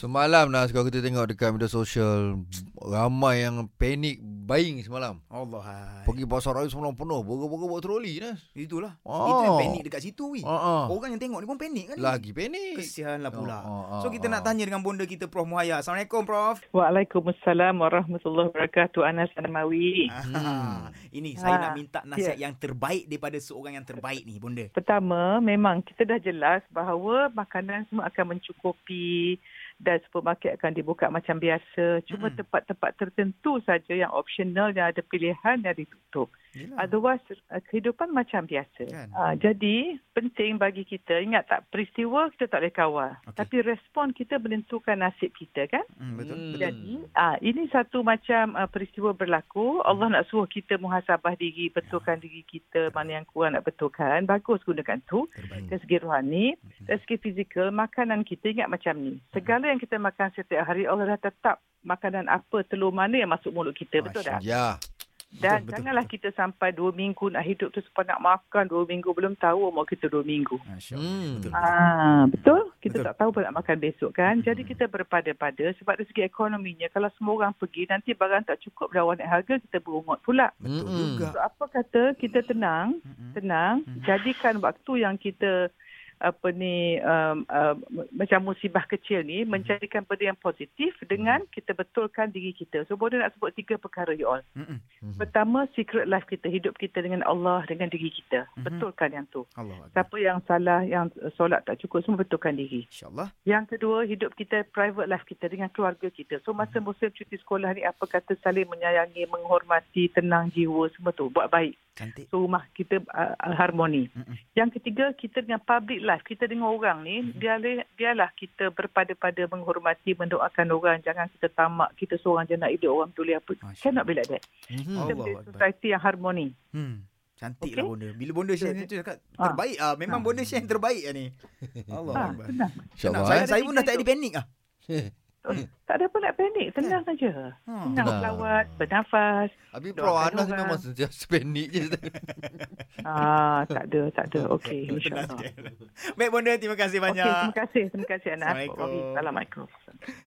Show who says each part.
Speaker 1: Semalam lah Kalau kita tengok dekat media sosial Ramai yang panik buying semalam
Speaker 2: Allah. hai.
Speaker 1: Pergi pasar raya semalam penuh Burger-burger buat troli Nas
Speaker 2: Itulah.
Speaker 1: Oh.
Speaker 2: Itu yang panik dekat situ weh.
Speaker 1: Ah, ah.
Speaker 2: Orang yang tengok ni pun panik kan.
Speaker 1: Lagi panik
Speaker 2: Kesianlah
Speaker 1: Oh,
Speaker 2: pula.
Speaker 1: oh, oh,
Speaker 2: so kita
Speaker 1: oh.
Speaker 2: nak tanya dengan bonda kita Prof Muhaya. Assalamualaikum Prof.
Speaker 3: Waalaikumsalam warahmatullahi wabarakatuh Anas Anamawi.
Speaker 1: Hmm.
Speaker 2: Ah, Ini saya
Speaker 3: Ah,
Speaker 2: nak minta nasihat yang terbaik daripada seorang yang terbaik ni bonda.
Speaker 3: Pertama, memang kita dah jelas bahawa makanan semua akan mencukupi dan supermarket akan dibuka macam biasa. Cuma
Speaker 2: Mm-mm.
Speaker 3: tempat-tempat tertentu saja yang optional yang ada pilihan yang ditutup.
Speaker 2: Yelah.
Speaker 3: Otherwise, eh, kehidupan macam biasa.
Speaker 2: Hmm. Kan?
Speaker 3: Ah, jadi, penting bagi kita, ingat tak, peristiwa kita tak boleh kawal.
Speaker 2: Okey.
Speaker 3: Tapi respon kita menentukan nasib kita kan?
Speaker 2: Hmm, betul.
Speaker 1: Hmm.
Speaker 2: Betul.
Speaker 3: Jadi ah ini satu macam ah, peristiwa berlaku. Allah nak suruh kita muhasabah diri,
Speaker 2: Ya.
Speaker 3: betulkan diri kita, mana yang kurang nak betulkan. Bagus gunakan tu.
Speaker 2: Terbaik. Hmm.
Speaker 3: Dari segi rohani, dari segi fizikal, makanan kita ingat macam ni. Segala yang kita makan setiap hari, Allah dah tetap makanan apa, telur mana yang masuk mulut kita. Betul tak?
Speaker 1: Ya
Speaker 3: Dan
Speaker 2: betul,
Speaker 3: janganlah kita sampai dua minggu nak hidup tu sempat nak makan dua minggu. Belum tahu umur kita dua minggu.
Speaker 2: Masya-Allah.
Speaker 1: Hmm.
Speaker 2: Betul.
Speaker 3: Ah, betul. Kita
Speaker 2: Betul.
Speaker 3: tak tahu pun nak makan besok kan. Jadi kita berpada-pada sebab dari segi ekonominya kalau semua orang pergi nanti barang tak cukup dah naik harga kita berungut pula.
Speaker 2: Betul
Speaker 1: Mm-mm.
Speaker 2: juga.
Speaker 3: So apa kata kita tenang,
Speaker 2: Mm-mm. Ah.
Speaker 3: tenang,
Speaker 2: Hmm.
Speaker 3: jadikan waktu yang kita apa ni um, uh, m- macam musibah kecil ni
Speaker 2: Hmm.
Speaker 3: menjadikan benda yang positif dengan kita betulkan diri kita. So boleh nak sebut tiga perkara you all.
Speaker 2: Mm-mm.
Speaker 3: Mm-hmm.
Speaker 1: Mhm.
Speaker 3: Pertama secret life kita, hidup kita dengan Allah, dengan diri kita.
Speaker 2: Mhm.
Speaker 3: Betulkan yang tu.
Speaker 2: Allah. Akbar.
Speaker 3: Siapa yang salah, yang uh, solat tak cukup, semua betulkan diri.
Speaker 2: Insya-Allah.
Speaker 3: Yang kedua, hidup kita, private life kita dengan keluarga kita. So, masa
Speaker 2: Mhm.
Speaker 3: musim cuti sekolah ni, apa kata saling menyayangi, menghormati, tenang jiwa, semua tu. Buat baik.
Speaker 2: Cantik. Hmm,
Speaker 3: So, rumah kita uh, harmoni.
Speaker 2: Mm-mm.
Speaker 3: Yang ketiga, kita dengan public life, kita dengan orang ni,
Speaker 2: Mhm.
Speaker 3: biarlah, biarlah kita berpada-pada menghormati, mendoakan orang. Jangan kita tamak, kita seorang je nak hidup orang peduli apa.
Speaker 2: Masya
Speaker 3: Cannot be like that.
Speaker 1: Mhm.
Speaker 3: Kita
Speaker 2: Allah
Speaker 3: boleh
Speaker 2: Akbar.
Speaker 3: society yang harmoni.
Speaker 2: Hmm. Cantik
Speaker 3: Okey?
Speaker 2: lah bonda. Bila bonda share
Speaker 3: Betul.
Speaker 2: macam tu cakap
Speaker 3: Ah.
Speaker 2: terbaik ah. Memang
Speaker 3: Ah.
Speaker 2: bonda share yang terbaik lah ni. Allah
Speaker 3: Ah,
Speaker 2: Akbar.
Speaker 3: tenang.
Speaker 2: Tenang.
Speaker 1: InsyaAllah
Speaker 2: Saya,
Speaker 1: eh
Speaker 2: saya pun dah tak ada panik ah.
Speaker 3: Tak ada apa nak panik.
Speaker 2: Kan?
Speaker 3: Tenang saja.
Speaker 2: Hmm.
Speaker 3: Tenang
Speaker 1: Tenang.
Speaker 3: berlawat, bernafas.
Speaker 1: Habis
Speaker 3: Doakan
Speaker 1: Prof Anas
Speaker 3: orang.
Speaker 1: memang sentiasa panik je
Speaker 3: Ah, tak ada, tak ada. Okey, insyaAllah.
Speaker 2: Baik bonda terima kasih
Speaker 3: Okey,
Speaker 2: banyak.
Speaker 3: terima kasih. Terima kasih, Anas.
Speaker 2: Assalamualaikum.
Speaker 3: Assalamualaikum.